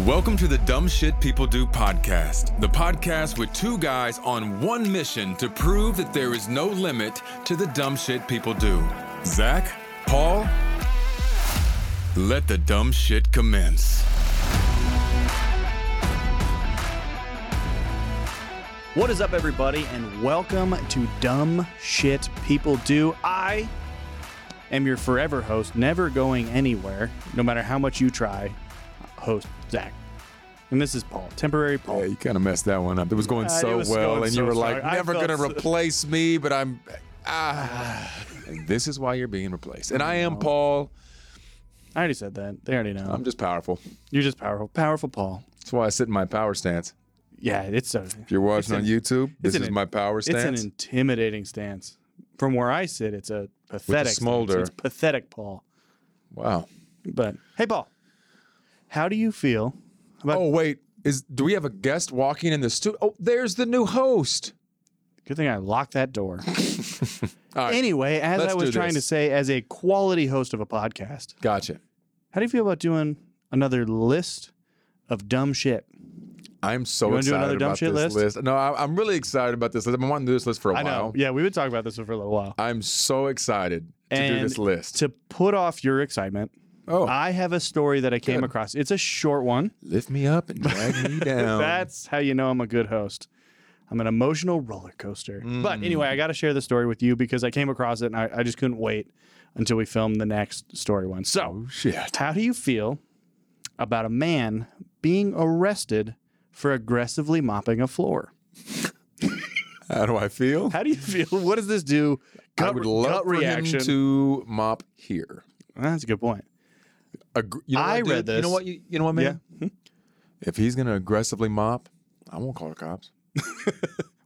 Welcome to the Dumb Shit People Do podcast, the podcast with two guys on one mission to prove that there is no limit to the dumb shit people do. Zach, Paul, let the dumb shit commence. What is up, everybody, and welcome to Dumb Shit People Do. I am your forever host, never going anywhere, no matter how much you try. Host Zach, and this is Paul, temporary Paul. Yeah, you kind of messed that one up. It was going Uh, it so was well, going and so you were like, sorry. I never felt going to so- replace me, but I'm. Ah. And this is why you're being replaced. And I am Paul. I already said that. They already know. I'm just powerful. You're just powerful, powerful Paul. That's why I sit in my power stance. Yeah, it's a, If you're watching an- on YouTube, this an is in- my power it's an stance. intimidating stance. From where I sit, it's a pathetic stance. smolder. It's pathetic, Paul. wow. But hey, Paul, how do you feel? about- Oh wait, is do we have a guest walking in the studio? Oh, there's the new host. Good thing I locked that door. All right, Anyway, as Let's I was do trying to this. say, as a quality host of a podcast, gotcha. how do you feel about doing another list of dumb shit? I'm so You wanna do excited another dumb about shit this list. list? No, I, I'm really excited about this list. I've been wanting to do this list for a I know. while. Yeah, we've been talking about this for a little while. I'm so excited to do And this list. To put off your excitement, oh, I have a story that I came Good. across. It's a short one. lift me up and drag me down. That's how you know I'm a good host. I'm an emotional roller coaster. But Mm. anyway, I got to share the story with you because I came across it and I, I just couldn't wait until we filmed the next story one. So, oh shit. How do you feel about a man being arrested for aggressively mopping a floor? How do I feel? How do you feel? What does this do? I would love gut for reaction. him to mop here. Well, that's a good point. Aggr- you know what, I dude? You read know this. Hmm? what? You, you know what, man? If he's gonna aggressively mop, I won't call the cops.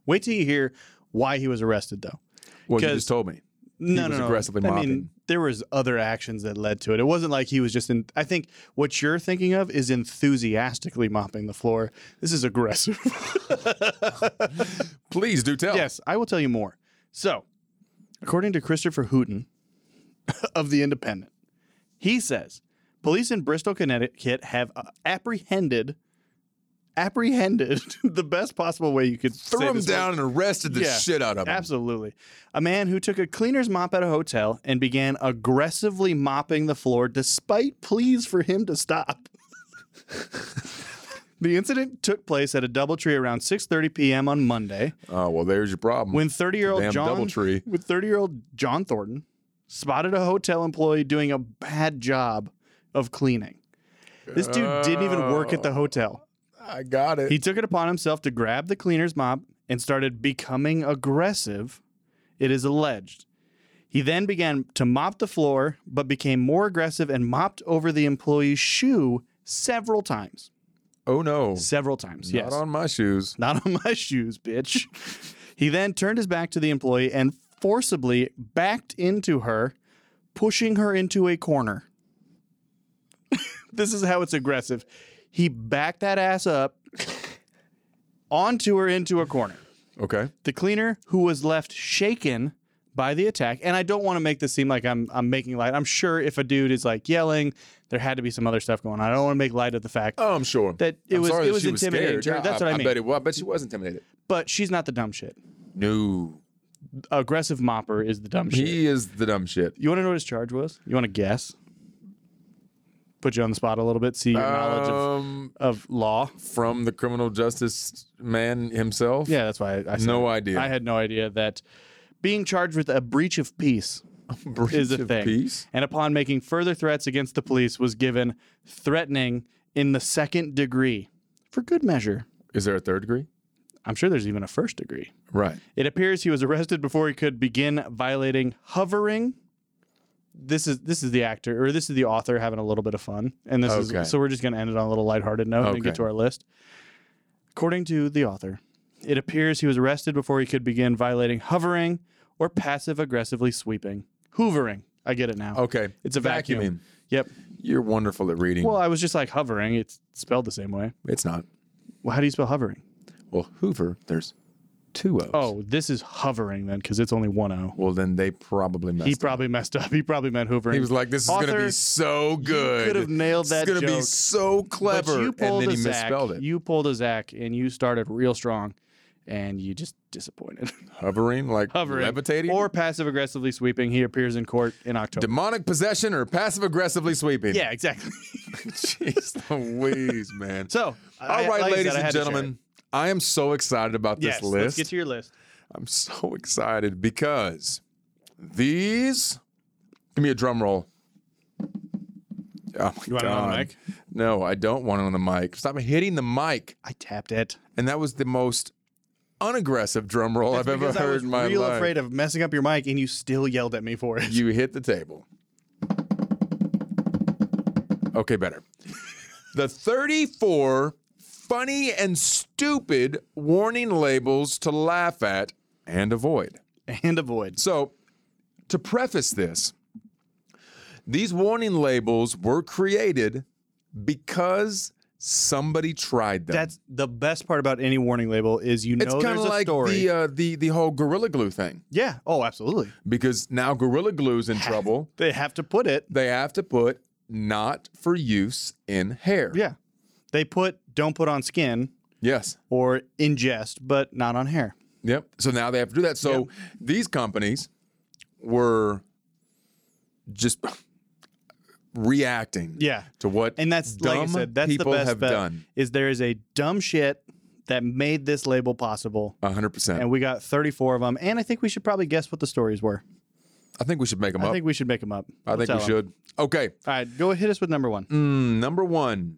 Wait till you hear why he was arrested, though. Well, you 'Cause- just told me. No, was no, no. aggressively I mopping. mean, there was other actions that led to it. It wasn't like he was just in. I think what you're thinking of is enthusiastically mopping the floor. This is aggressive. Please do tell. Yes, I will tell you more. So, according to Christopher Hooten of The Independent, he says police in Bristol, Connecticut have uh, apprehended apprehended the best possible way you could say threw him this down and arrested the Yeah, shit out of him. Absolutely. A man who took a cleaner's mop at a hotel and began aggressively mopping the floor despite pleas for him to stop. the incident took place at a DoubleTree around 6:30 p.m. on Monday Oh well, there's your problem. when 30 year old Damn John Doubletree. with 30 year old John Thornton spotted a hotel employee doing a bad job of cleaning. This dude didn't even work Oh. at the hotel. I got it. He took it upon himself to grab the cleaner's mop and started becoming aggressive, it is alleged. He then began to mop the floor, but became more aggressive and mopped over the employee's shoe several times. oh no, Several times, yes. not on my shoes. Not on my shoes, bitch. he then turned his back to the employee and forcibly backed into her, pushing her into a corner. this is how it's aggressive. He backed that ass up onto her into a corner. Okay, The cleaner, who was left shaken by the attack, and I don't want to make this seem like I'm I'm making light. I'm sure if a dude is like yelling, there had to be some other stuff going on. I don't want to make light of the fact oh, I'm sure that it I'm was sorry it that was she was intimidating scared. to her. Yeah, That's what I mean bet it was. I bet she was intimidated. but she's not the dumb shit. No, Aggressive mopper is the dumb shit. he is the dumb shit. You want to know what his charge was? You want to guess? Put you on the spot a little bit. See your knowledge of, Um, of law. from the criminal justice man himself. Yeah, that's why I, I said no it. idea. I had no idea that being charged with a breach of peace Breach is a of thing. peace. and upon making further threats against the police was given threatening in the second degree for good measure. Is there a third degree? I'm sure there's even a first degree. Right. It appears he was arrested before he could begin violating hovering. This is this is the actor or this is the author having a little bit of fun, and this Okay. is so we're just going to end it on a little lighthearted note and Okay. get to our list. According to the author, it appears he was arrested before he could begin violating hovering or passive aggressively sweeping, hoovering. I get it now. Okay. It's a vacuum. Vacuuming. Yep. You're wonderful at reading. Well, I was just like hovering. It's spelled the same way. it's not. Well, how do you spell hovering? Well, Hoover. There's two O's. Oh, this is hovering then because it's only one O. Well, then they probably messed He up. probably messed up. He probably meant hoovering. He was like, this is going to Author, be so good. could have nailed that It's going to be joke, so But clever. you And pulled then a he Zach. misspelled it. You pulled a Zach and you started real strong and you just disappointed. Hovering, like Hovering levitating. or passive aggressively sweeping. He appears in court in October. demonic possession or passive aggressively sweeping. yeah, exactly. Jeez Louise, man. So, All right, ladies and This gentlemen, I am so excited about this yes, list. let's get to your list. I'm so excited because these. Give me a drum roll. Oh my You want God. it on the mic? No, I don't want it on the mic. Stop hitting the mic. I tapped it. And that was the most unaggressive drum roll I've ever Because heard I was in my real life. afraid of messing up your mic, and you still yelled at me for it. You hit the table. Okay, better. The 34 funny and stupid warning labels to laugh at and avoid. And avoid. So, to preface this, these warning labels were created because somebody tried them. That's the best part about any warning label is you know it's kind there's of a like story. the uh, the the whole Gorilla Glue thing yeah. Oh, absolutely. because now Gorilla Glue's in trouble. They have to put it. They have to put not for use in hair. Yeah. They put don't put on skin Yes. or ingest, but not on hair. Yep. So now they have to do that. So these companies were just reacting Yeah. to what And that's dumb like I said, that's the people best have bet done. is there is a dumb shit that made this label possible. 100%. And we got 34 of them. And I think we should probably guess what the stories were. I think we should make them I up. think we should make them up. I We'll think we tell 'em. should. Okay. All right, go hit us with number one. Mm, number one,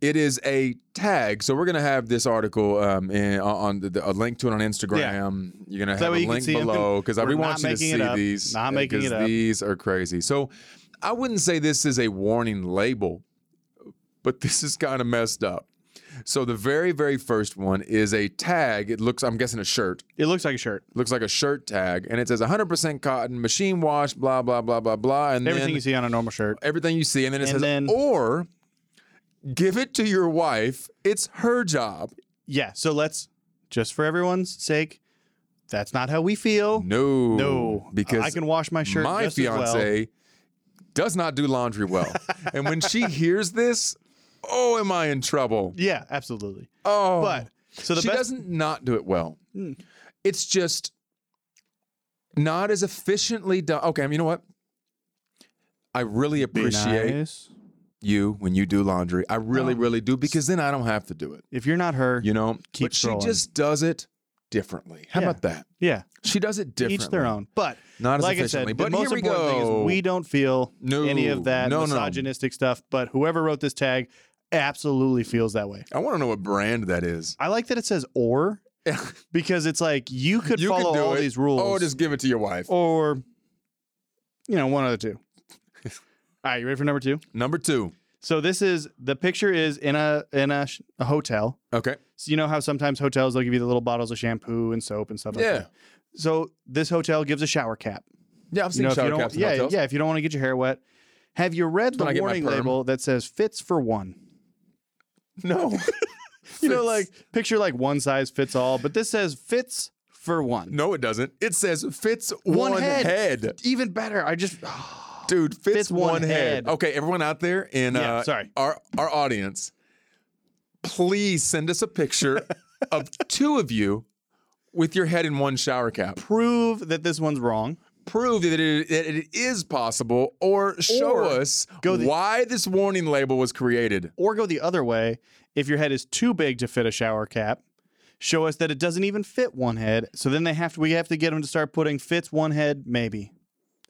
it is a tag. So we're gonna have this article um, in, on the, the- a link to it on Instagram. You're gonna So that have way a you can link see 'em. below because I We're really not want you to making it see up. these. Not uh, making 'cause it up. These are crazy. So I wouldn't say this is a warning label, but this is kind of messed up. So the very very first one is a tag. It looks I'm guessing a shirt. It looks like a shirt. Looks like a shirt tag, and it says 100% cotton, machine wash, blah blah blah blah blah, and Everything then you see on a normal shirt. everything you see, and then it And says, then- or give it to your wife. It's her job. Yeah. So let's just for everyone's sake, that's not how we feel. No, No, because I can wash my shirt. my just as well. fiance does not do laundry well, and when she hears this, oh, am I in trouble? Yeah, absolutely. Oh, But so the she best. doesn't not do it well. Hmm. It's just not as efficiently done. Okay, I mean, you know what? I really appreciate nice. you when you do laundry. I really, Oh. really do because then I don't have to do it. If you're not her, you know Keep but she scrolling. just does it differently how Yeah. about that yeah, she does it differently each their own. But not as like I said, efficiently the but most here we important thing go is we don't feel no, any of that no no misogynistic stuff. But whoever wrote this tag absolutely feels that way. i want to know what brand that is I like that it says or because it's like you could You could follow do all it, these rules. oh just give it to your wife or you know one of the two. All right, you ready for number two? number two So this is the picture is in a in a, sh- a hotel. okay So you know how sometimes hotels they'll give you the little bottles of shampoo and soap and stuff like Yeah. that. So this hotel gives a shower cap. yeah i've You seen know, if you shower don't- caps in yeah, hotels. yeah. If you don't want to get your hair wet, have you read when I the get my warning perm. label that says fits for one? no You know, Fits. like picture like one size fits all, but this says fits for one. no it doesn't it says fits One one, head. head. Even better, I just dude fits, Fits one one, head. head. okay everyone out there in Yeah, uh, sorry. our our audience please send us a picture of two of you with your head in one shower cap prove that this one's wrong. prove that it, that it is possible or show Or us go the- why this warning label was created. or go the other way if your head is too big to fit a shower cap show us that it doesn't even fit one head so then they have to we have to get them to start putting fits one head maybe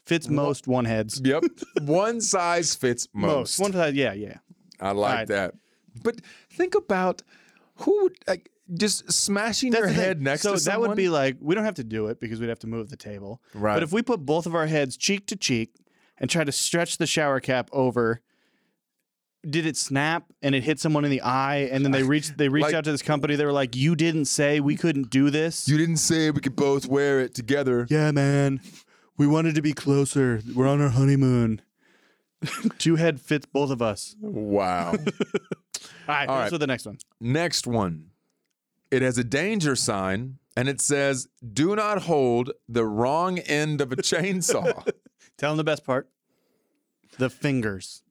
fits most one heads Yep. one size fits most. one side yeah yeah I like Alright. that. But think about who would like just smashing their the thing. head next so to that someone. would be like we don't have to do it because we'd have to move the table Right. but if we put both of our heads cheek to cheek and try to stretch the shower cap over did it snap and it hit someone in the eye and then they reached they reached Like- out to this company they were like you didn't say we couldn't do this you didn't say we could both wear it together. Yeah, man. We wanted to be closer. We're on our honeymoon. Two head fits both of us. Wow. All right, All All right. right. so the next one. next one. It has a danger sign and it says, do not hold the wrong end of a chainsaw. Tell them the best part. The fingers.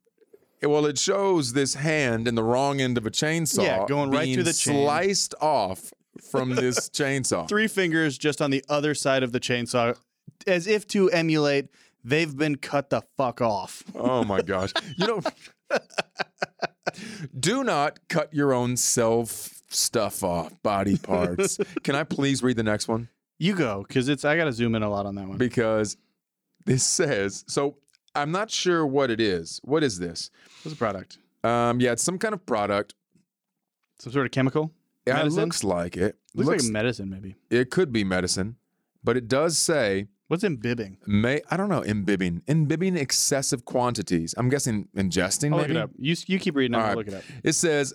Well, it shows this hand in the wrong end of a chainsaw. Yeah, going right being through the chain. sliced off from this chainsaw. Three fingers just on the other side of the chainsaw, as if to emulate they've been cut the fuck off. Oh my gosh. You know, do not cut your own self stuff off, body parts. Can I please read the next one? You go, because it's I gotta zoom in a lot on that one. Because this says so. I'm not sure what it is. What is this? What's the product? Um, yeah, it's some kind of product. Some sort of chemical? Yeah, it Medicine? looks like it. Looks, like medicine, maybe. it could be medicine, but it does say What's imbibbing? may I don't know imbibing imbibing excessive quantities. I'm guessing ingesting. I'll look maybe it up. You, you keep reading, All I'll right. look it up. It says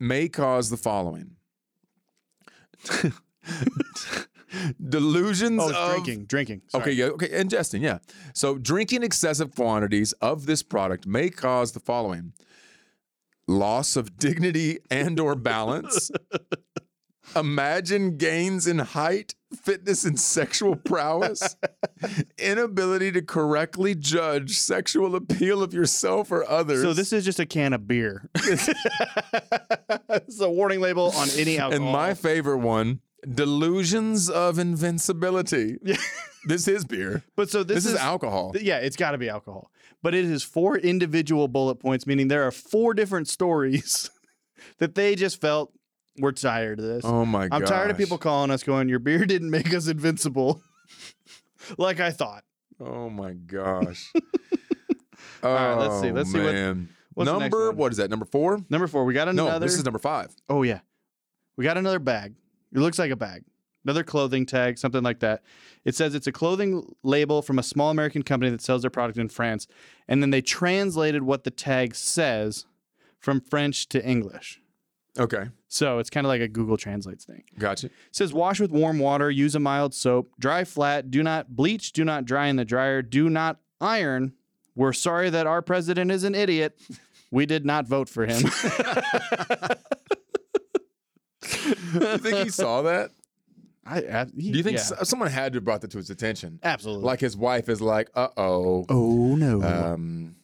may cause the following delusions Oh, of drinking, drinking. Sorry. Okay, yeah, okay, ingesting, yeah. So drinking excessive quantities of this product may cause the following: loss of dignity and or balance. Imagine gains in height, fitness and sexual prowess, inability to correctly judge sexual appeal of yourself or others. So this is just a can of beer. this is a warning label on any and alcohol. my favorite one, delusions of invincibility. Yeah. this is beer. but so this, This, is, alcohol. Yeah, it's got to be alcohol. But it is four individual bullet points, meaning there are four different stories that they just felt we're tired of this. Oh my god. I'm tired of people calling us, going, "Your beer didn't make us invincible," like I thought. Oh my gosh. Oh, All right, let's see. Let's see what- what's the next number one? what is that? Number 4? Number four, we got another. No, this is number 5. oh yeah, we got another bag. It looks like a bag. Another clothing tag, something like that. It says it's a clothing label from a small American company that sells their product in France, and then they translated what the tag says from French to English. Okay. So it's kind of like a Google Translates thing. Gotcha. It says wash with warm water, use a mild soap, dry flat, do not bleach, do not dry in the dryer, do not iron. We're sorry that our president is an idiot. We did not vote for him. you think he saw that? I, I, he- Do you think yeah, so- someone had to have brought that to his attention? absolutely. Like his wife is like, "Uh-oh. oh no. Um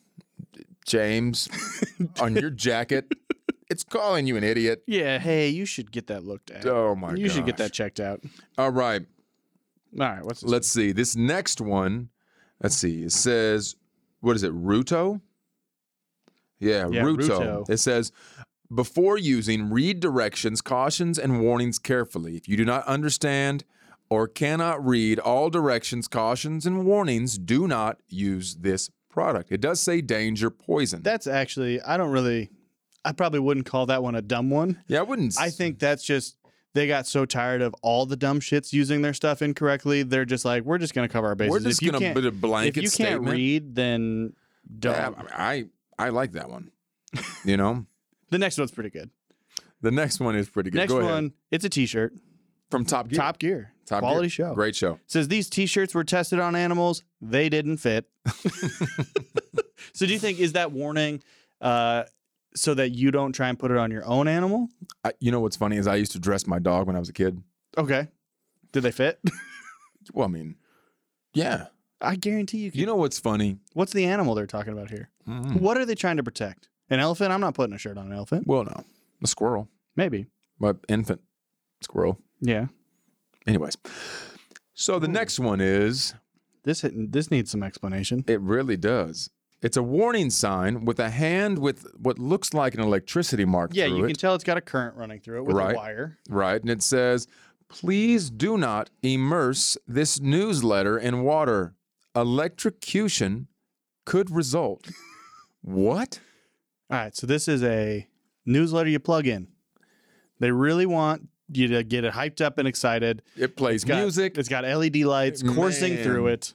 James, on your jacket, it's calling you an idiot." yeah, hey, you should get that looked at. Oh my god. you should get that checked out. All right. All right, what's this? Let's see. This next one, let's see. It says, what is it? Ruto? Yeah, Yeah, Ruto. Ruto. It says, before using, read directions, cautions, and warnings carefully. If you do not understand or cannot read all directions, cautions, and warnings, do not use this product. It does say danger poison. that's actually I don't really I probably wouldn't call that one a dumb one. yeah, I wouldn't. s- I think that's just they got so tired of all the dumb shits using their stuff incorrectly. They're just like, we're just gonna cover our bases. we're If just you going to can't- put a if blanket you can't statement. read, then don't. Yeah, I, I I like that one. you know, the next one's pretty good. the next one is pretty good. Next Go ahead. one, it's a T-shirt. from Top Gear. Top Gear, Top Gear. quality show. Great show. Says these T-shirts were tested on animals. They didn't fit. so do you think is that warning? Uh, so that you don't try and put it on your own animal. I, you know what's funny is I used to dress my dog when I was a kid. Okay. Did they fit? Well, I mean, yeah. I guarantee you. Can. You know what's funny? What's the animal they're talking about here? Mm. What are they trying to protect? An elephant? I'm not putting a shirt on an elephant. Well, no, a squirrel, Maybe. but infant squirrel. Yeah. Anyways, so Mm. the next one is This this needs some explanation. it really does. It's a warning sign with a hand with what looks like an electricity mark Yeah, through you it, can tell it's got a current running through it with Right. a wire. right? And it says, "Please do not immerse this newsletter in water. Electrocution could result." what? All right, so this is a newsletter you plug in. They really want you to get it hyped up and excited. It plays It's got, music. It's got LED lights coursing Man. through it.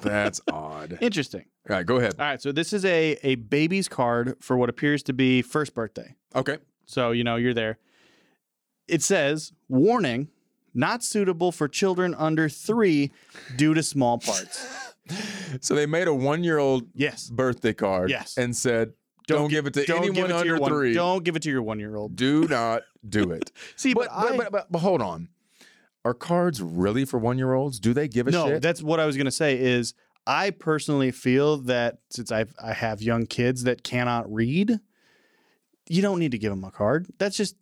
That's odd. All Interesting. right, go ahead. All right, so this is a a baby's card for what appears to be first birthday. Okay. So, you know, you're there. It says, warning, not suitable for children under three due to small parts. So they made a one year old yes. birthday card Yes. and said, Don't, give it to Don't anyone give it to under your one, three. Don't give it to your one year old. Do not do it. See, but, but, but, I, but, but, but hold on. Are cards really for one year olds? Do they give a no, shit? that's what I was gonna say. Is I personally feel that since I I have young kids that cannot read, you don't need to give them a card. That's just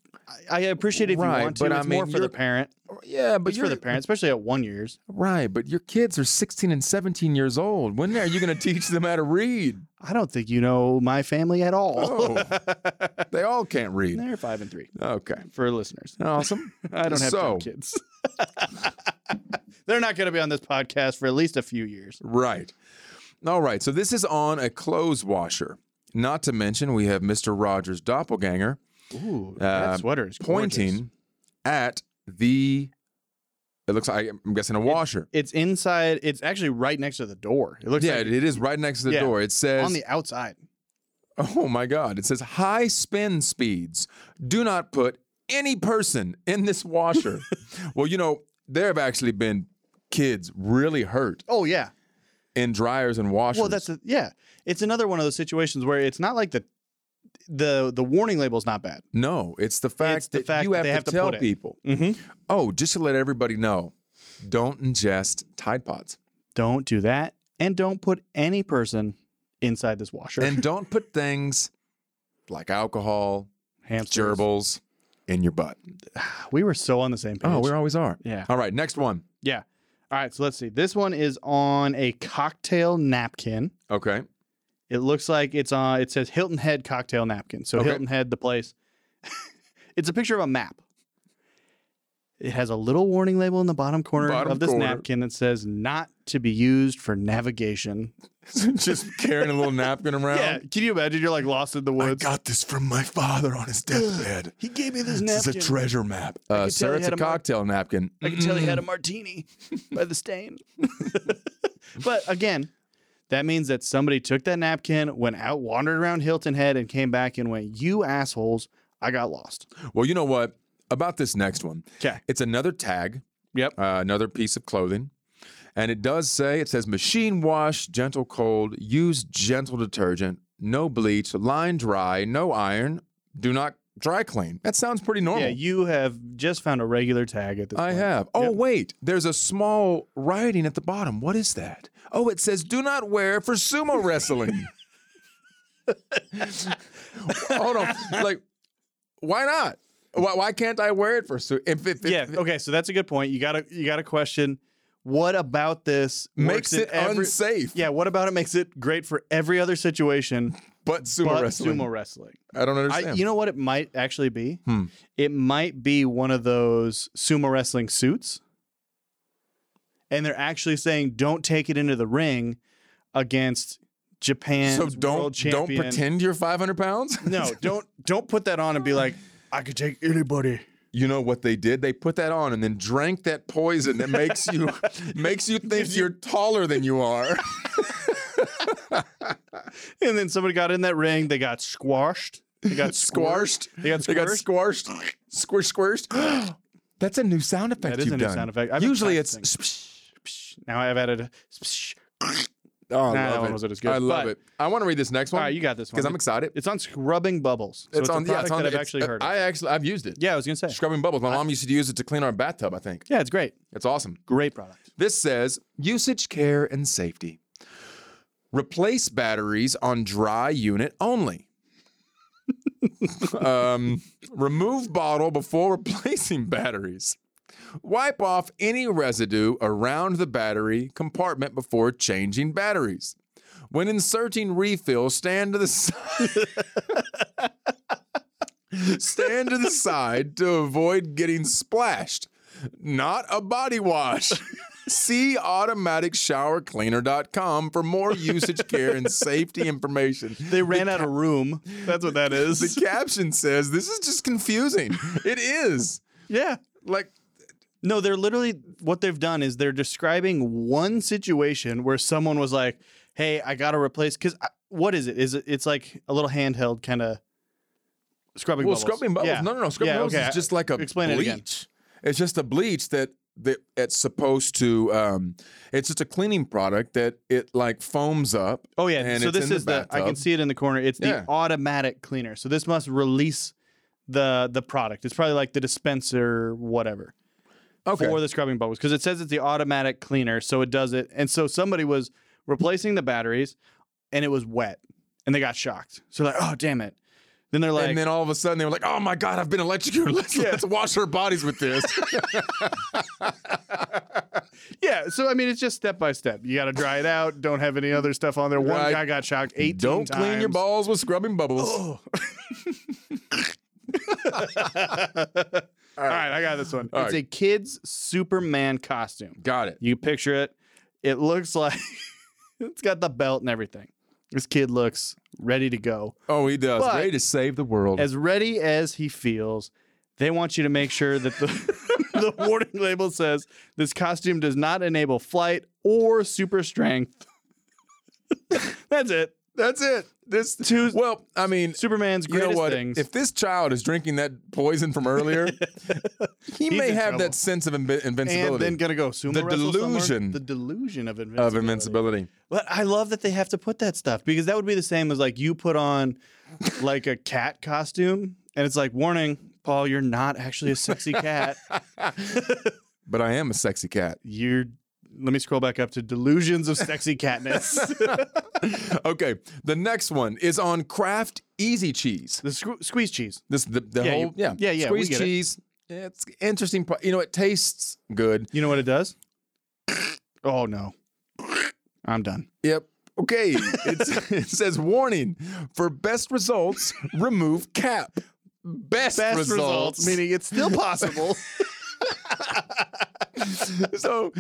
I, I appreciate if Right, you want to. but I it's more mean, for the you're- parent. yeah, but it's for the you're- parent, especially at one years. Right, but your kids are 16 and 17 years old. When are you going to teach them how to read? I don't think you know my family at all. Oh, they all can't read. They're five and three Okay. for listeners. Awesome. I don't have So- dumb kids. They're not going to be on this podcast for at least a few years. Right. All right. So this is on a clothes washer. Not to mention, we have Mr. Rogers' doppelganger Ooh, that Uh, sweater is pointing at the. It looks like I'm guessing a washer. It's inside. It's actually right next to the door. It looks yeah, like it is right next to the Yeah. door. It says on the outside. Oh my God. It says high spin speeds. Do not put any person in this washer. well, you know, there have actually been kids really hurt Oh yeah. in dryers and washers. Well, that's a, yeah. It's another one of those situations where it's not like the the the warning label's not bad. no, it's the fact the that fact you have, that they to have to tell put it. people. Mm-hmm. Oh, just to let everybody know, don't ingest Tide Pods. Don't do that, and don't put any person inside this washer. And don't put things like alcohol, Hamsters. gerbils in your butt. We were so on the same page. Oh, we always are. yeah. All right, next one. Yeah. All right. So let's see. This one is on a cocktail napkin. Okay. It looks like it's on. It says Hilton Head cocktail napkin. So Okay. Hilton Head, the place. it's a picture of a map. It has a little warning label in the bottom corner Bottom of this corner. napkin that says "not to be used for navigation." just carrying a little napkin around. Yeah, can you imagine? You're like lost in the woods. got this from my father on his deathbed. he gave me this napkin. treasure map. I Uh, could tell sir, he it's had a a mar- cocktail napkin. I could tell he had Mm. a martini by the stain. but again, that means that somebody took that napkin, went out, wandered around Hilton Head, and came back and went, You assholes, I got lost. Well, you know what? About this next one, Okay. it's another tag. Yep. Uh, another piece of clothing. And it does say, it says machine wash, gentle cold, use gentle detergent, no bleach, line dry, no iron, do not dry clean. That sounds pretty normal. Yeah, you have just found a regular tag at this Oh. I point. have. Oh, Yep. wait. There's a small writing at the bottom. What is that? Oh, it says do not wear for sumo wrestling. Hold on. Like, why not? Why, why can't I wear it for sumo? If, if, if, Yeah. Okay, so that's a good point. You gotta you gotta question what about this makes works in it every- unsafe, Yeah, what about it makes it great for every other situation but sumo but wrestling. sumo wrestling? I don't I- understand. you know what it might actually be? Hmm. It might be one of those sumo wrestling suits. And they're actually saying don't take it into the ring against Japan. so don't world don't champion. pretend you're 500 pounds. No, don't don't put that on and be like, I could take anybody. You know what they did? They put that on and then drank that poison that makes you makes you think you're taller than you are. And then somebody got in that ring, they got squashed. They got squashed. They got They got squashed. squashed. Squish, squished. That's a new sound effect That is you've a new done. sound effect. I've been Usually it's. Now I've added a Oh, I love Nah, that it. one wasn't as good, I love but- it. I want to read this next All one right, you got this one. because I'm excited. it's on scrubbing bubbles. So it's, a yeah, product on- that I've it's- uh, actually heard. Of. I actually I've used it. yeah, I was gonna say. Scrubbing bubbles. My mom used to use it to clean our bathtub. I think Yeah, it's great. it's awesome. Great product. This says usage, care, and safety. Replace batteries on dry unit only. um, remove bottle before replacing batteries. Wipe off any residue around the battery compartment before changing batteries. When inserting refill, stand to the side. stand to the side to avoid getting splashed. Not a body wash. See automaticshowercleaner.com for more usage care and safety information. They ran out of room. That's what that is. The caption says this is just confusing. It is. yeah. Like No, they're literally what they've done is they're describing one situation where someone was like, "Hey, I got to replace cuz what is it? Is it it's like a little handheld kind of scrubbing well, bubbles. scrubbing bubbles. Yeah. No, no, no. Scrubbing Yeah, bubbles okay. is just like a Explain it again. bleach. It's just a bleach that that it's supposed to. Um, it's just a cleaning product that it like foams up. Oh yeah. and so it's this in the is the, I can bathtub. see it in the corner. It's Yeah. the automatic cleaner. So this must release the the product. It's probably like the dispenser, whatever. Okay. For the scrubbing bubbles. Because it says it's the automatic cleaner, so it does it. And so somebody was replacing the batteries and it was wet. And they got shocked. So like, oh damn it. Then they're like and then all of a sudden they were like, "Oh my god, I've been electrocuted. Let's, let's wash our bodies with this." Yeah. So I mean it's just step by step. You gotta dry it out, don't have any other stuff on there. One Right. guy got shocked 18 Don't clean your times. balls with scrubbing bubbles. All right, I got this one. All it's right. a kid's Superman costume. Got it. You picture it. It looks like it's got the belt and everything. This kid looks ready to go. Oh, he does. But- Ready to save the world. As ready as he feels, they want you to make sure that the, the warning label says this costume does not enable flight or super strength. That's it. That's it. This Two- Well, I mean, Superman's you greatest know what? things. If this child is drinking that poison from earlier, he may in have trouble. that sense of invi- invincibility. and then gonna go sumo The wrestle somewhere? delusion the delusion of invincibility. of invincibility. But I love that they have to put that stuff because that would be the same as like you put on like a cat costume and it's like warning, Paul, you're not actually a sexy cat. But I am a sexy cat. you're let me scroll back up to delusions of sexy catness. Okay, the next one is on craft easy cheese. the sque- squeeze cheese. This the, the Yeah, whole you- yeah yeah, yeah, we squeeze get it. cheese. Yeah, It's interesting. pro- You know, it tastes good. You know what it does? Oh no. I'm done. Yep. Okay. It's, it says warning for best results. Remove cap. Best, Best results. results, meaning it's still possible. so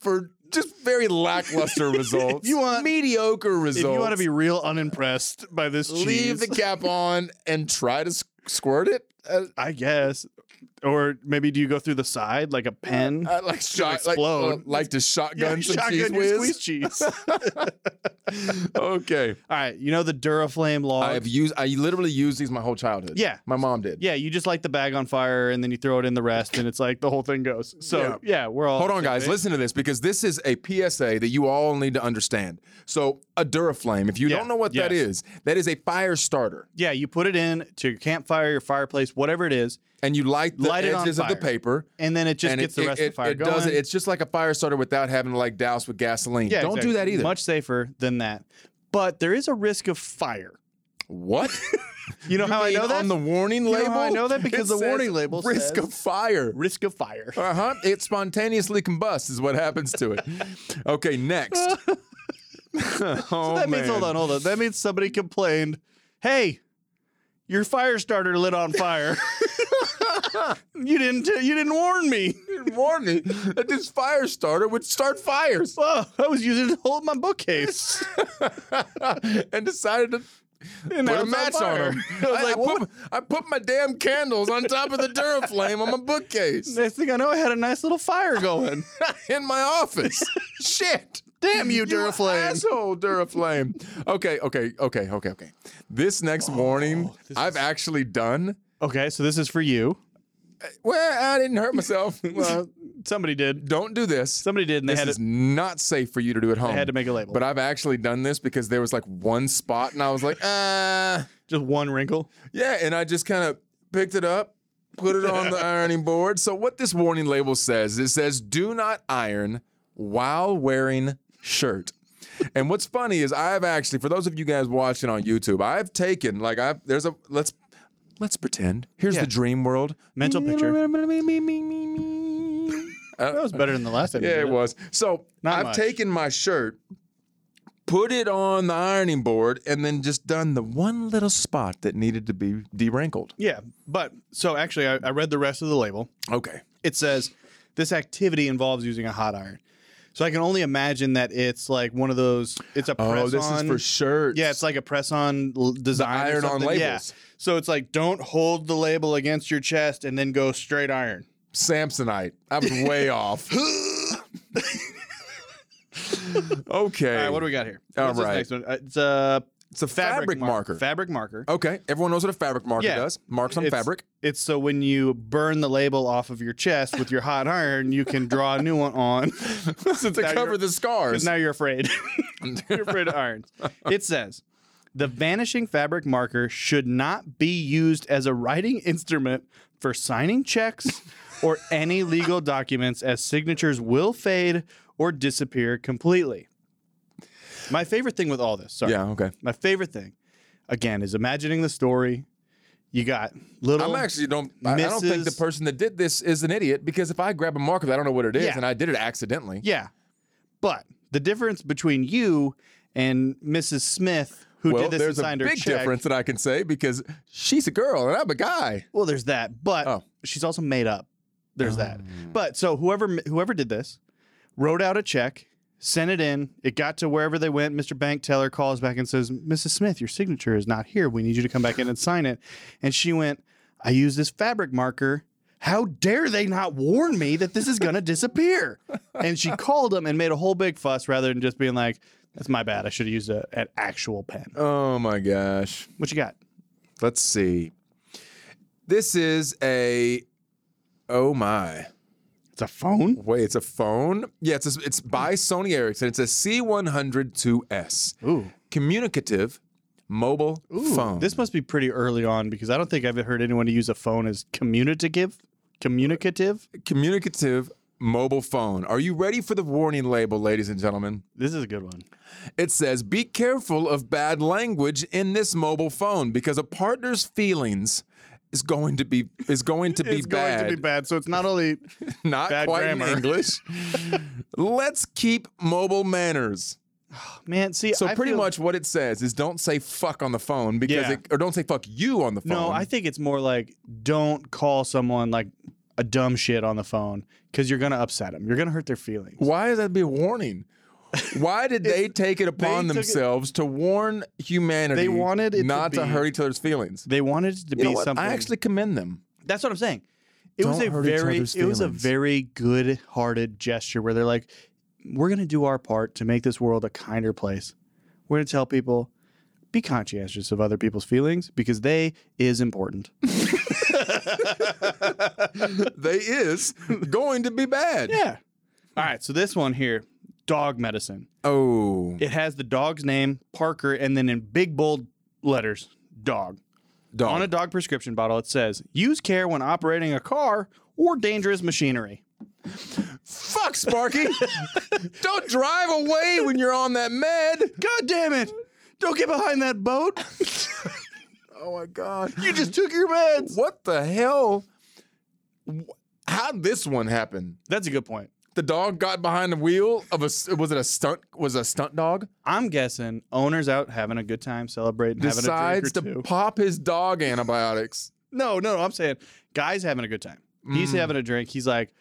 for just very lackluster results, you want- mediocre results. if you want to be real unimpressed by this leave cheese, the cap on and try to s- squirt it. Uh, I guess. Or maybe do you go through the side like a Uh, pen? I like shot, like, explode. uh, like to shotgun some shotgun cheese your squeeze whiz. cheese. okay, All right, you know the Duraflame log. I've used. I literally used these my whole childhood. Yeah. my mom did. yeah, you just light the bag on fire and then you throw it in the rest, and it's like the whole thing goes. So yeah, we're all Hold on, guys. Listen to this because this is a PSA that you all need to understand. So, a Duraflame, if you Yeah. don't know what that Yes. is, that is a fire starter. Yeah, you put it in to your campfire, your fireplace, whatever it is, And you light the Light it on edges of the fire. paper. and then it just and gets it, the rest it, of the fire it going. does it. It's just like a fire starter without having to like douse with gasoline. yeah, don't exactly. do that either. Much safer than that, but there is a risk of fire. What? You know how I mean know that? on the warning know label. how I know that? Because It the warning says label risk says- of fire. risk of fire. Uh huh. It spontaneously combusts is what happens to it. Okay, next. oh, that means man. hold on, hold on. That means somebody complained, "Hey, your fire starter lit on fire. you didn't t- you didn't warn me. Warning that this fire starter would start fires. Oh, I was using it to hold my bookcase. and decided to And put now a it's match on fire." them. I was I, like, I "What put, I put my damn candles on top of the Duraflame on my bookcase Next thing I know, I had a nice little fire going. in my office. Shit. Damn you, Duraflame. asshole, Duraflame. Okay, okay, okay, okay, okay. This next Oh, warning I've actually done. okay, so this is for you. Well, I didn't hurt myself. Well, somebody did. Don't do this. Somebody did, and they this had is it. not safe for you to do at home. had to make a label. But I've actually done this because there was like one spot, and I was like, uh, just one wrinkle. Yeah, and I just kind of picked it up, put it on the ironing board. So what this warning label says, it says do not iron while wearing shirt. And what's funny is I've actually, for those of you guys watching on YouTube, I've taken like I've there's a let's let's pretend. Here's Yeah. the dream world. Mental picture. That was better than the last. time you Yeah, did it was. So Not I've much. taken my shirt, put it on the ironing board, and then just done the one little spot that needed to be de-wrinkled. Yeah, but so actually, I, I read the rest of the label. Okay. it says this activity involves using a hot iron. So I can only imagine that it's like one of those. It's a press Oh, this on. is for shirts. yeah, it's like a press on design. or iron-on something. Yeah. labels. So it's like don't hold the label against your chest and then go straight iron. Samsonite. I was way off. okay. All right, what do we got here? All What's this right. next one? Uh, It's uh, It's a fabric, mar- marker. Fabric marker. okay, everyone knows what a fabric marker Yeah. does. Marks on It's- fabric. It's so when you burn the label off of your chest with your hot iron, you can draw a new one on. to now cover you're- the scars. Because now you're afraid. you're afraid of irons. It says the vanishing fabric marker should not be used as a writing instrument for signing checks or any legal documents, as signatures will fade or disappear completely. My favorite thing with all this, sorry. yeah, okay. My favorite thing, again, is imagining the story. You got little. I'm actually don't. I, I don't think the misses- person that did this is an idiot because if I grab a marker, that I don't know what it is, Yeah. and I did it accidentally. Yeah. But the difference between you and Mrs. Smith, who well, did this there's and a signed her big check, difference that I can say because she's a girl and I'm a guy. Well, there's that, but Oh. she's also made up. There's that. But so whoever whoever did this wrote out a check, sent it in. It got to wherever they went. Mr. Bank teller calls back and says, "Mrs. Smith, your signature is not here. We need you to come back in and sign it." And she went, "I used this fabric marker. How dare they not warn me that this is going to disappear?" And she called them and made a whole big fuss rather than just being like, "That's my bad. I should have used a, an actual pen." Oh my gosh. What you got? Let's see. This is a. Oh my. It's a phone. Wait, it's a phone? Yeah, it's, a, it's by Sony Ericsson. It's a C100-2S. Ooh. Communicative mobile Ooh, phone. This must be pretty early on because I don't think I've heard anyone use a phone as communicative. Communicative. communicative mobile phone. Are you ready for the warning label, ladies and gentlemen? This is a good one. It says, be careful of bad language in this mobile phone because a partner's feelings is going to be is going to be it's bad. going to be bad. So it's not only Not bad quite grammar. in English. Let's keep mobile manners. man. See, So I pretty feel- much what it says is don't say fuck on the phone because Yeah. it, or don't say fuck you on the phone. No, I think it's more like don't call someone like a dumb shit on the phone because you're gonna upset them. You're gonna hurt their feelings. Why does that be a warning? Why did they take it upon took it- themselves to warn humanity? They wanted it to not to, be- hurt each other's feelings. They wanted it to You know be what? something. I actually commend them. That's what I'm saying. It was Don't a hurt each very other's it was a feelings. very good-hearted gesture where they're like we're going to do our part to make this world a kinder place. We're going to tell people be conscientious of other people's feelings because they is important. they is going to be bad. yeah. All right, so this one here, dog medicine. Oh, It has the dog's name, Parker, and then in big bold letters, dog. dog. On a dog prescription bottle it says, "Use care when operating a car or dangerous machinery." Fuck, Sparky. Don't drive away when you're on that med. God damn it! Don't get behind that boat. Oh my god. you just took your meds. What the hell? Wh- How'd this one happen? That's a good point. The dog got behind the wheel of a s- was it a stunt was it a stunt dog? I'm guessing owners out having a good time, celebrating, Decides having a to drink or two. pop his dog antibiotics. no, no, no. I'm saying guys having a good time. He's having a drink. He's like,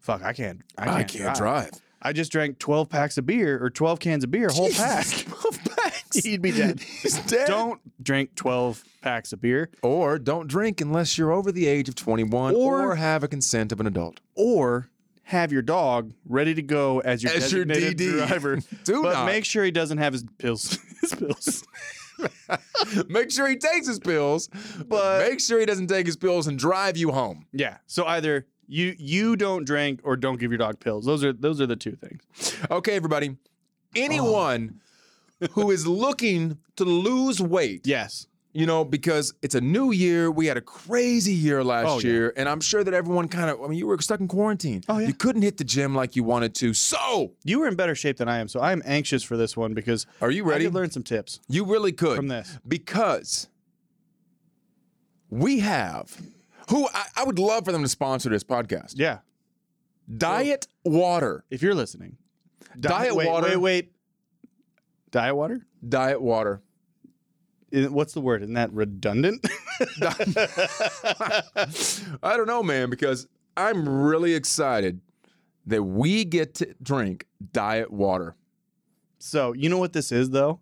"Fuck, I can't. Mm. I can't, drive. I just drank 12 packs of beer or 12 cans of beer, whole pack. Twelve packs. He'd be dead. He's dead. Don't drink 12 packs of beer or don't drink unless you're over the age of 21 or, Or- have a consent of an adult. or have your dog ready to go as your As your designated DD. driver. Do but not. make sure he doesn't have his pills. his pills. Make sure he takes his pills, but make sure he doesn't take his pills and drive you home. Yeah. So either you you don't drink or don't give your dog pills. Those are those are the two things. Okay, everybody. Anyone Oh. who is looking to lose weight, Yes. you know, because it's a new year. We had a crazy year last Oh, yeah. year, and I'm sure that everyone kind of, I mean, you were stuck in quarantine. Oh, yeah. You couldn't hit the gym like you wanted to. So, You were in better shape than I am, so I'm anxious for this one because are you I ready? could learn some tips You really could. from this. because we have who I, I would love for them to sponsor this podcast. Yeah. Diet water. If you're listening. Diet wait, water. Wait, wait. Diet water? Diet water. Is- What's the word? Isn't that redundant? I don't know, man, because I'm really excited that we get to drink diet water. so you know what this is though?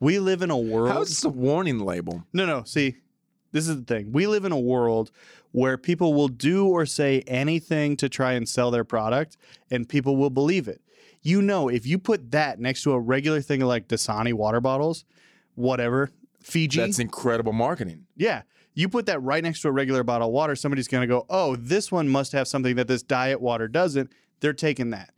We live in a world How's this a warning label? No, no. See, this is the thing. We live in a world where people will do or say anything to try and sell their product, and people will believe it. You know, if you put that next to a regular thing like Dasani water bottles, whatever, Fiji. That's incredible marketing. yeah. You put that right next to a regular bottle of water, somebody's going to go, oh, this one must have something that this diet water doesn't. They're taking that.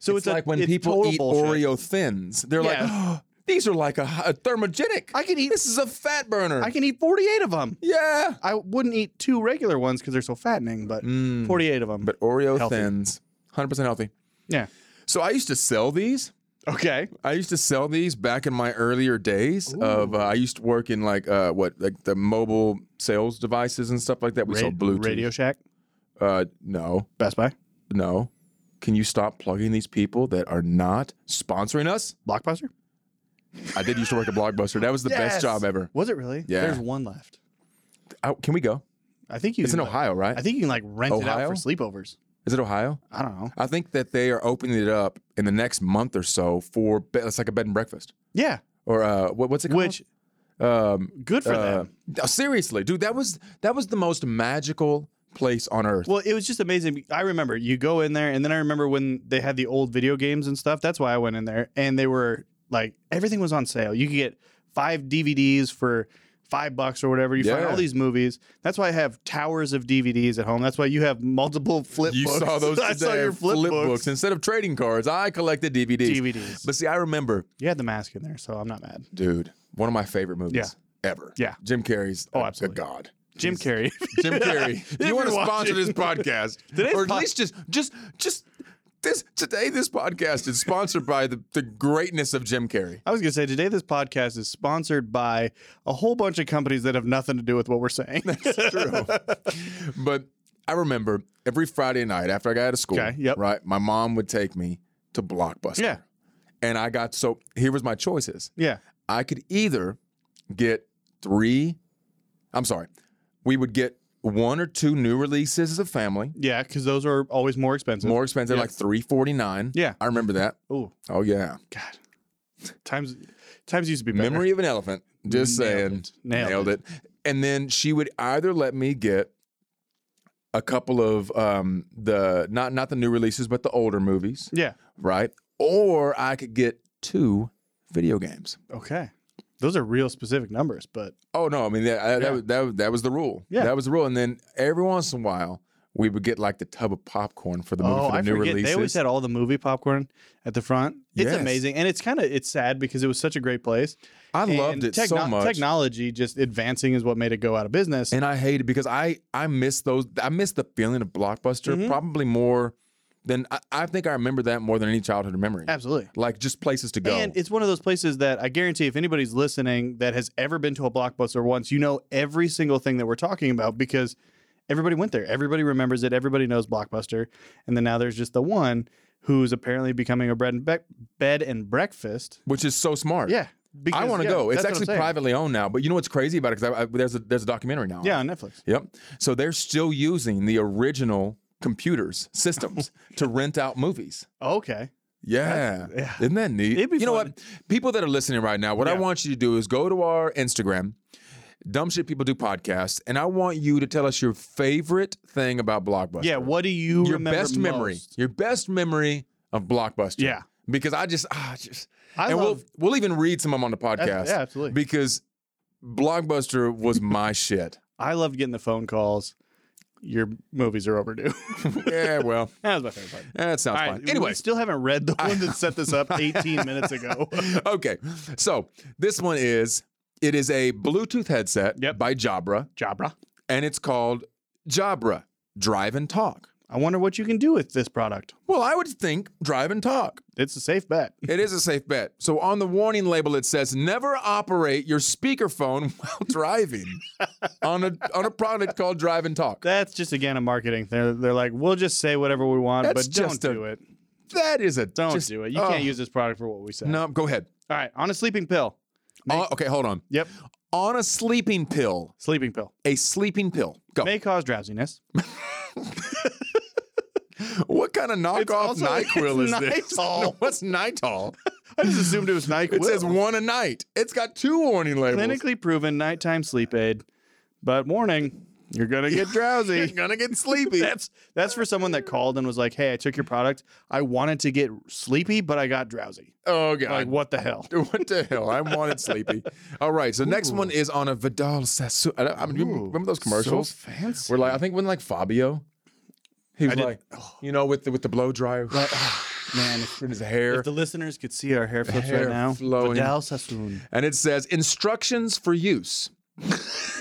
So it's, it's, like a, when it's people total eat bullshit. Oreo thins. They're like, Yeah. "Oh, these are like a, a thermogenic. I can eat- This is a fat burner. I can eat 48 of them. yeah. I wouldn't eat two regular ones because they're so fattening, but Mm. 48 of them. But Oreo Healthy. thins, 100% healthy. yeah. So I used to sell these. Okay. I used to sell these back in my earlier days. Of uh, I used to work in like uh, what like the mobile sales devices and stuff like that. We Ra- sold Bluetooth. Radio Shack, Uh, no, Best Buy, no. Can you stop plugging these people that are not sponsoring us? Blockbuster. I did used to work at Blockbuster. That was the Yes. best job ever. Was it really? Yeah. There's one left. I, can we go? I think you. It's in like- Ohio, right? I think you can like rent it out Ohio? for sleepovers. Is it Ohio? I don't know. I think that they are opening it up in the next month or so for be- it's like a bed and breakfast Yeah. or uh, what, what's it called? Which um, good for uh, them. no, seriously, dude, that was that was the most magical place on earth. Well, it was just amazing. I remember you go in there, and then I remember when they had the old video games and stuff. That's why I went in there, and they were like everything was on sale. You could get five DVDs for five bucks or whatever. You find Yeah. all these movies. That's why I have towers of DVDs at home. That's why you have multiple flip. you books. saw those I saw damn your flip, books. instead of trading cards. I collected DVDs. DVDs. But see, I remember, You had the mask in there, so I'm not mad. dude, one of my favorite movies ever. Yeah. Jim Carrey's Oh, a- a absolutely. god. Jim Carrey. Jim Carrey, you're you want to sponsor watching- this podcast, Today's or at pod- least just just just this today. This podcast is sponsored by the, the greatness of Jim Carrey. I was going to say today this podcast is sponsored by a whole bunch of companies that have nothing to do with what we're saying. true. but I remember every Friday night after I got out of school, Okay, yep. right, my mom would take me to Blockbuster. yeah. And I got so here was my choices. Yeah. I could either get three, I'm sorry, we would get one or two new releases as a family. Yeah, cuz those are always more expensive. More expensive, Yeah. like three forty nine. Yeah. I remember that. Oh, Oh yeah. god. Times times used to be better. Memory of an elephant. Just Nailed saying. it. Nailed it. And then she would either let me get a couple of um the not not the new releases, but the older movies, Yeah. right? Or I could get two video games. Okay. Those are real specific numbers, but Oh no, I mean that that, Yeah. was, that was- that was the rule. Yeah. That was the rule. And then every once in a while we would get like the tub of popcorn for the movie oh, for the I new forget releases. they always had all the movie popcorn at the front. It's Yes. amazing, and it's kind of it's sad because it was such a great place. I loved And it so techno- much. Technology just advancing is what made it go out of business. and I hate it because I I miss those. I miss the feeling of blockbuster Mm-hmm. probably more than I, I think I remember that more than any childhood memory. Absolutely. Like just places to go. And it's one of those places that I guarantee if anybody's listening that has ever been to a blockbuster once, you know every single thing that we're talking about because everybody went there. Everybody remembers it. Everybody knows Blockbuster. And then now there's just the one who's apparently becoming a bread and bec bed and breakfast. which is so smart. Yeah. because- I want to yeah, go. It's that's what I'm actually saying. privately owned now. But you know what's crazy about it? Because I, I, there's a there's a documentary now. on Yeah, it. on Netflix. Yep. So they're still using the original computers systems to rent out movies. Okay. Yeah. yeah. Isn't that neat? It'd be you know fun. what? People that are listening right now, what I Yeah. want you to do is go to our Instagram, Dumb Shit People Do Podcast, and I want you to tell us your favorite thing about Blockbuster. Yeah, what do you your remember best memory. most? Your best memory of Blockbuster. Yeah. Because I just, ah, just I and love we'll we'll even read some of them on the podcast. yeah, absolutely. Because Blockbuster was my shit. I loved getting the phone calls. Your movies are overdue. Yeah, well, that was my favorite part. that sounds All right, fine. we Anyway, still haven't read the one that set this up 18 minutes ago. okay. So this one is it is a Bluetooth headset Yep. by Jabra, Jabra. and it's called Jabra Drive and Talk. I wonder what you can do with this product. Well, I would think drive and talk. It's a safe bet. It is a safe bet. So on the warning label, it says never operate your speakerphone while driving on a on a product called Drive and Talk. That's just again a marketing thing. They're like, we'll just say whatever we want, That's but don't just a- do it. That is a Don't just- do it. You oh, can't use this product for what we said. No, go ahead. All right, on a sleeping pill. Uh, okay, hold on. Yep, On a sleeping pill, sleeping pill a sleeping pill. Go. may cause drowsiness. what kind of knockoff also- Nyquil is it's this? Nytol. What's Nytol? I just assumed it was NyQuil. It says one a night. It's got two warning labels. clinically proven nighttime sleep aid, but warning, You're gonna get You're drowsy. gonna get sleepy. that's that's for someone that called and was like, "Hey, I took your product. I wanted to get sleepy, but I got drowsy. oh god. Like, what the hell?" what the hell? I wanted sleepy. All right. So next one is on a Vidal Sassoon. I, don't- I mean, remember, remember those commercials? So fancy. Where like I think when like Fabio, he was did- like, you know, with the with the blow dryer, right? man, if- his hair. If the listeners could see our hair flips Hair right now, flowing. Vidal Sassoon. and it says instructions for use.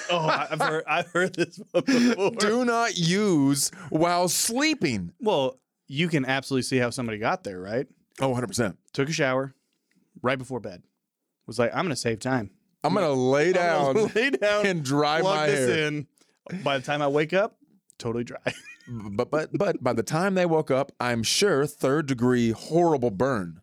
Oh, I- I've heard, I've heard this one before. Do not use while sleeping. Well, you can absolutely see how somebody got there, right? Oh, 100%. Took a shower right before bed. Was like, I'm gonna save time. I'm going to lay I'm down gonna lay down, and dry my plug this hair. in. By the time I wake up, totally dry. But but but by the time they woke up, I'm sure third degree horrible burn.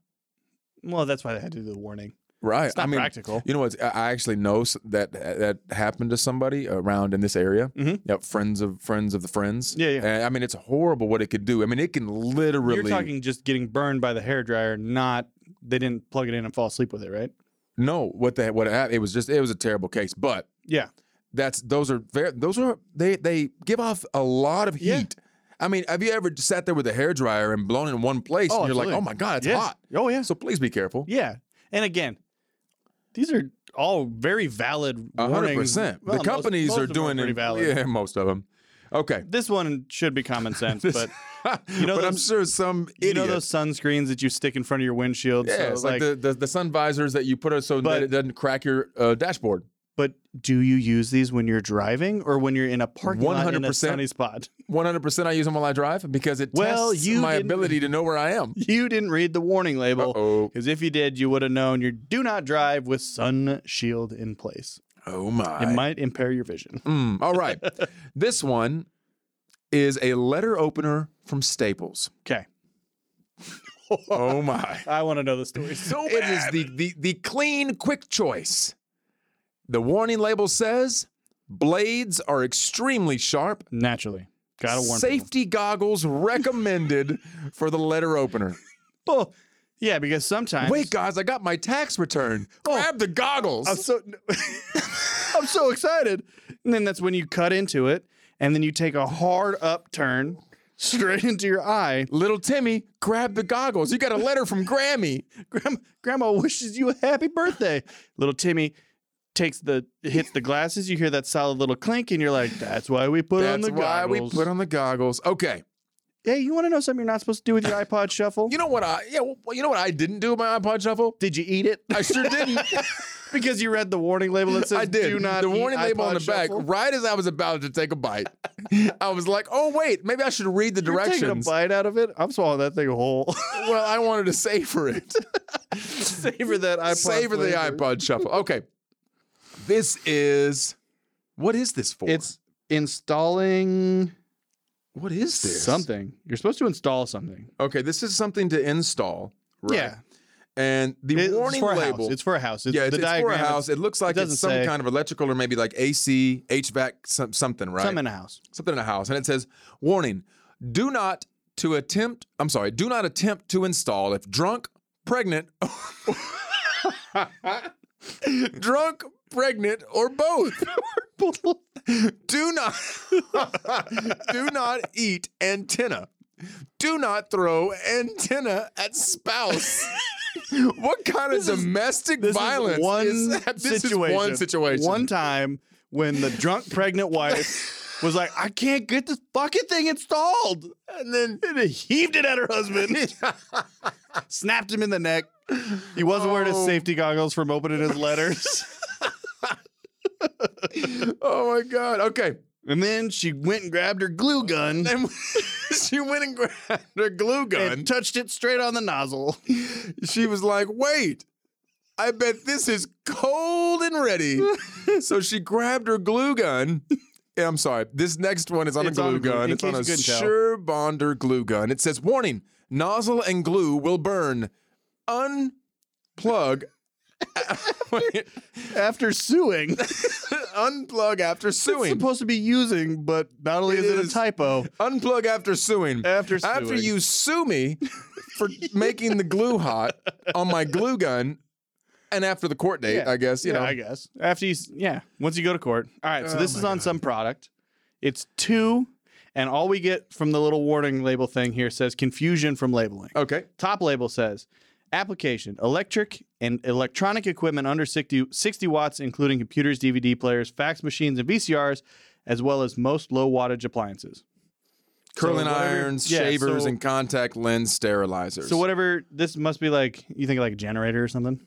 well, that's why they had to do the warning. Right. It's not I mean, practical. You know what? I I actually know s- that that happened to somebody around in this area. Mhm. Yep, friends of friends of the friends. Yeah, yeah. And, I mean, it's horrible what it could do. I mean, it can literally. You're talking just getting burned by the hair dryer, not they didn't plug it in and fall asleep with it, right? No, what the what happened? It was just it was a terrible case. But Yeah. that's those are very those are they they give off a lot of heat. Yeah. I mean, have you ever sat there with a hair dryer and blown in one place Oh, and you're like, oh my absolutely. god, it's yeah. hot. Oh yeah. So please be careful. Yeah. And again, these are all very valid A hundred warnings. percent. The Well, most- companies most are of them doing pretty it. valid. Yeah, most of them. Okay. This one should be common sense, This- but but I'm those- sure some you idiot. know those sunscreens that you stick in front of your windshield. yeah, so it's like, the, the the sun visors that you put on so But- that it doesn't crack your uh, dashboard. but do you use these when you're driving or when you're in a parking lot in a 100%. sunny spot? One hundred percent, I use them while I drive because it Well, tests you my didn't- ability to know where I am. You didn't read the warning label Oh, because if you did, you would have known you do not drive with sun shield in place. oh my! It might impair your vision. Mm, all right. this one is a letter opener from Staples. Okay, Oh my. I want to know the story so It is the, the the clean quick choice. The warning label says blades are extremely sharp. naturally. Gotta warn people. Safety goggles recommended for the letter opener. Well, Oh, yeah, because sometimes Wait, guys, I got my tax return. Grab the goggles. I'm so I'm so excited. And then that's when you cut into it, and then you take a hard upturn straight into your eye. Little Timmy, grab the goggles. You got a letter from Grammy. Grandma, grandma wishes you a happy birthday. Little Timmy takes the hits the glasses. You hear that solid little clink, and you're like, "That's why we put on That's the why we goggles." put on the goggles. Okay. hey, you want to know something you're not supposed to do with your iPod Shuffle? You know what I yeah, well, you know what I didn't do with my iPod shuffle? did you eat it? I sure didn't. because you read the warning label that says, I did. "Do not." the eat warning label on iPod the back, Shuffle." right as I was about to take a bite, I was like, oh, wait, maybe I should read the You're taking a directions. bite out of it. I'm swallowing that thing whole. Well, I wanted to savor it. Savor that iPod. savor the flavor. iPod shuffle. Okay. This is what is this for? It's installing what is this? something. You're supposed to install something. Okay, this is something to install. Right. Yeah. And the It's warning for a label. house. It's for a house. It's yeah, it's, the it's for diagram. a it's house. It looks like doesn't it's some say. kind of electrical or maybe like AC, HVAC, some, something, right? Something in a house. something in a house and it says warning do not to attempt i'm sorry do not attempt to install if drunk pregnant drunk pregnant or both do not do not eat antenna do not throw antenna at spouse what kind of domestic This is violence is one that? this situation. is one situation One time when the drunk pregnant wife was like, "I can't get this fucking thing installed," and then it heaved it at her husband, snapped him in the neck. He wasn't wearing his Oh. safety goggles from opening his letters. oh my god okay And then she went and grabbed her glue gun And she went and grabbed her glue gun. and touched it straight on the nozzle. She was like, wait, I bet this is cold and ready. so she grabbed her glue gun. Yeah, I'm sorry. This next one is on It's a on glue a glue- gun. in It's on a case you couldn't tell. Sure Bonder glue gun. It says, warning, nozzle and glue will burn. Unplug. Wait, After suing, it's unplug after suing. supposed to be using, but not only It is it is. a typo, Unplug after suing. after suing. After you sue me for making the glue hot on my glue gun, and after the court date, Yeah. I guess you yeah, know. I guess. After you, s- yeah, once you go to court. All right, so Oh this my is on some product. It's two, and all we get from the little warning label thing here says confusion from labeling. Okay. Top label says application electric and electronic equipment under 60, 60 watts, including computers, DVD players, fax machines, and VCRs, as well as most low wattage appliances. Curling whatever- irons, yeah, shavers, so- and contact lens sterilizers. So, whatever, this must be like, you think like a generator or something?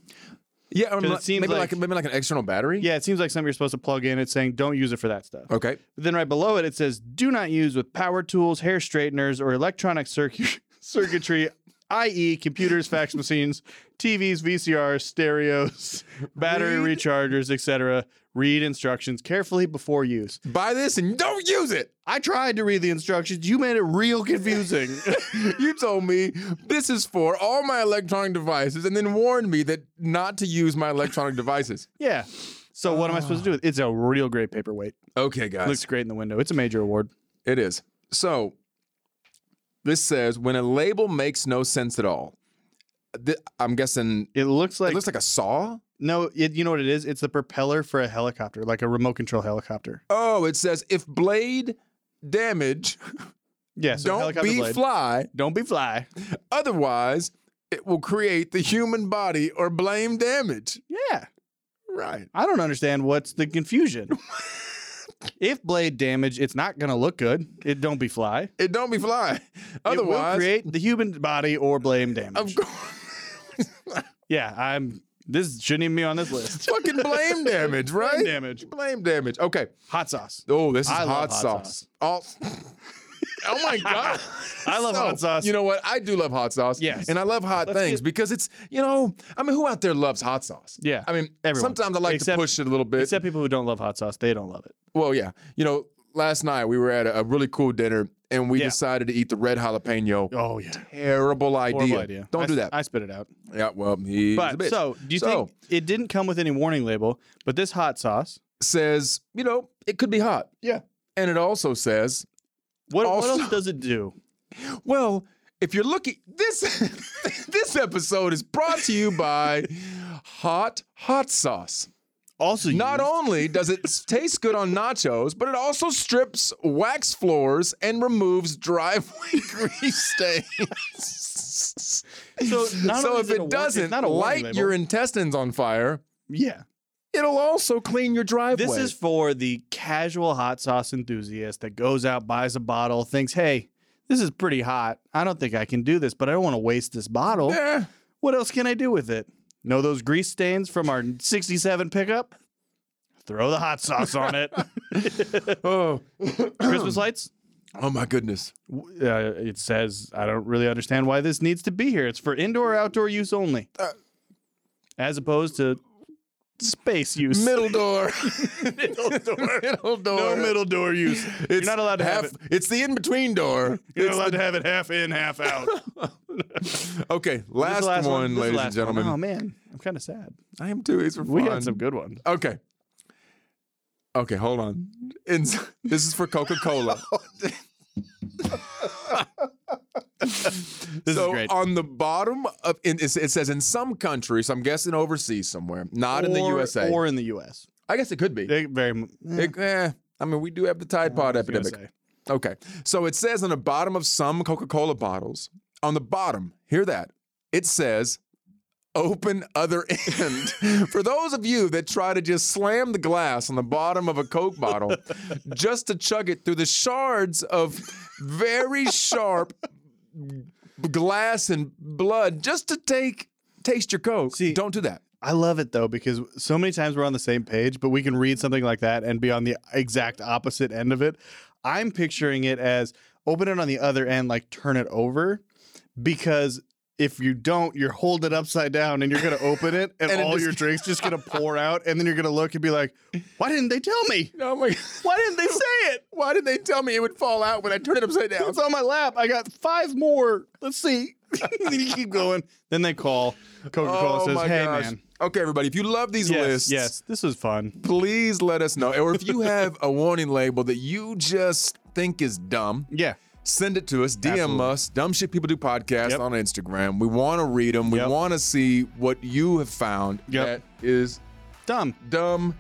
Yeah, or 'Cause it li- seems maybe like, like- maybe like an external battery. Yeah, it seems like something you're supposed to plug in. It's saying don't use it for that stuff. Okay. But then right below it, it says do not use with power tools, hair straighteners, or electronic circu- circuitry, i.e., computers, fax machines, TVs, VCRs, stereos, battery Read- rechargers, etc. Read instructions carefully before use. Buy this and don't use it. I tried to read the instructions. You made it real confusing. You told me this is for all my electronic devices and then warned me that not to use my electronic devices. yeah. So what am I supposed to do? with it? It's a real great paperweight. Okay, guys. Looks great in the window. It's a major award. It is. So this says when a label makes no sense at all. Th- I'm guessing It looks like it looks like a saw. no. It, you know what it is? It's the propeller for a helicopter, like a remote control helicopter. Oh, it says if blade damage, Yeah. So don't helicopter be blade. fly. Don't be fly. Otherwise, it will create the human body or blame damage. Yeah. Right. I don't understand what's the confusion. if blade damage, it's not going to look good. It don't be fly. It don't be fly. it will Otherwise, create the human body or blame of damage. course, yeah, I'm. This shouldn't even be on this list. fucking blame damage, right? damage. Blame damage. Okay. Hot sauce. Oh, this is I hot, love hot sauce. Oh, oh my god. I love hot sauce. You know what? I do love hot sauce. Yes. And I love hot Let's things get- because it's, you know, I mean, who out there loves hot sauce? Yeah, I mean, everyone. sometimes I like Except- to push it a little bit. Except people who don't love hot sauce, they don't love it. well, yeah. You know, last night we were at a, a really cool dinner and we Yeah. decided to eat the red jalapeno. Oh yeah, Terrible idea. horrible idea. Don't I do s- that. I spit it out. yeah, well, he's a But bitch. so, do you So- think it didn't come with any warning label? But this hot sauce. says, you know, it could be hot. Yeah. And it also says, What, what Also- else does it do? Well, if you're looking this this episode is brought to you by hot hot sauce. Also, Not used- only does it s- taste good on nachos, but it also strips wax floors and removes driveway grease stains. So, not so only if is it a it, warning- it's doesn't not a warning light label. your intestines on fire, yeah. it'll also clean your driveway. This is for the casual hot sauce enthusiast that goes out, buys a bottle, thinks, hey, this is pretty hot. I don't think I can do this, but I don't want to waste this bottle. Yeah. What else can I do with it? Know those grease stains from our 67 pickup? Throw the hot sauce on it. Oh. Christmas lights? oh my goodness. W- Uh, it says, I don't really understand why this needs to be here. It's for indoor or outdoor use only, Uh. as opposed to space use. Middle door. middle door. middle door. no middle door use. You're not allowed to half, have it. It's the in between door. You're not allowed to have it half in, half out. Okay, last, one, ladies and gentlemen. Oh man, I'm kind of sad. I am too. These were We fun. had some good ones. Okay. Okay, hold on. And s- this is for Coca Cola. This so is great. on the bottom of in, it, it says in some countries, I'm guessing overseas somewhere, not in the Or- USA. or in the US, I guess it could be. they very. m- eh, It- eh, I mean, we do have the Tide Pod I was gonna epidemic. say. Okay. So it says on the bottom of some Coca Cola bottles, on the bottom, hear that, it says, open other end. For those of you that try to just slam the glass on the bottom of a Coke bottle just to chug it through the shards of very sharp glass and blood just to take taste your Coke, See- don't do that. I love it though because so many times we're on the same page, but we can read something like that and be on the exact opposite end of it. I'm picturing it as open it on the other end, like turn it over, because. If you don't, you're holding it upside down and you're gonna open it and, And it all just- your drinks just gonna pour out and then you're gonna look and be like, Why didn't they tell me? Oh my Why didn't they say it? Why did they tell me it would fall out when I turned it upside down? It's on my lap. I got five more. Let's see. then you keep going. Then they call Coca Cola Oh says, my "Hey gosh. man, Okay, everybody, if you love these yes, lists, yes, this was fun. please let us know. Or if you have a warning label that you just think is dumb, Yeah, send it to us. DM Absolutely. us. Dumb shit people do podcast Yep. on Instagram. We want to read them. We Yep. want to see what you have found Yep. that is dumb. dumb.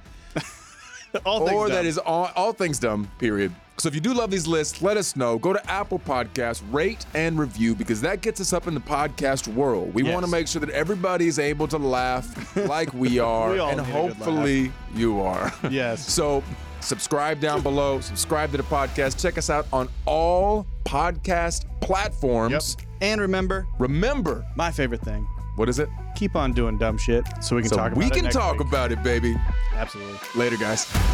All things or that dumb. is all, all things dumb, period. So if you do love these lists, let us know. Go to Apple Podcasts, rate and review because that gets us up in the podcast world. We Yes. want to make sure that everybody is able to laugh like we are, We all and need a good laugh. hopefully you are. Yes. So subscribe down below, subscribe to the podcast, check us out on all podcast Yep. platforms. And remember, Remember, my favorite thing. what is it? Keep on doing dumb shit so we can so talk about we it can next talk week. about it, baby. Absolutely. Later, guys.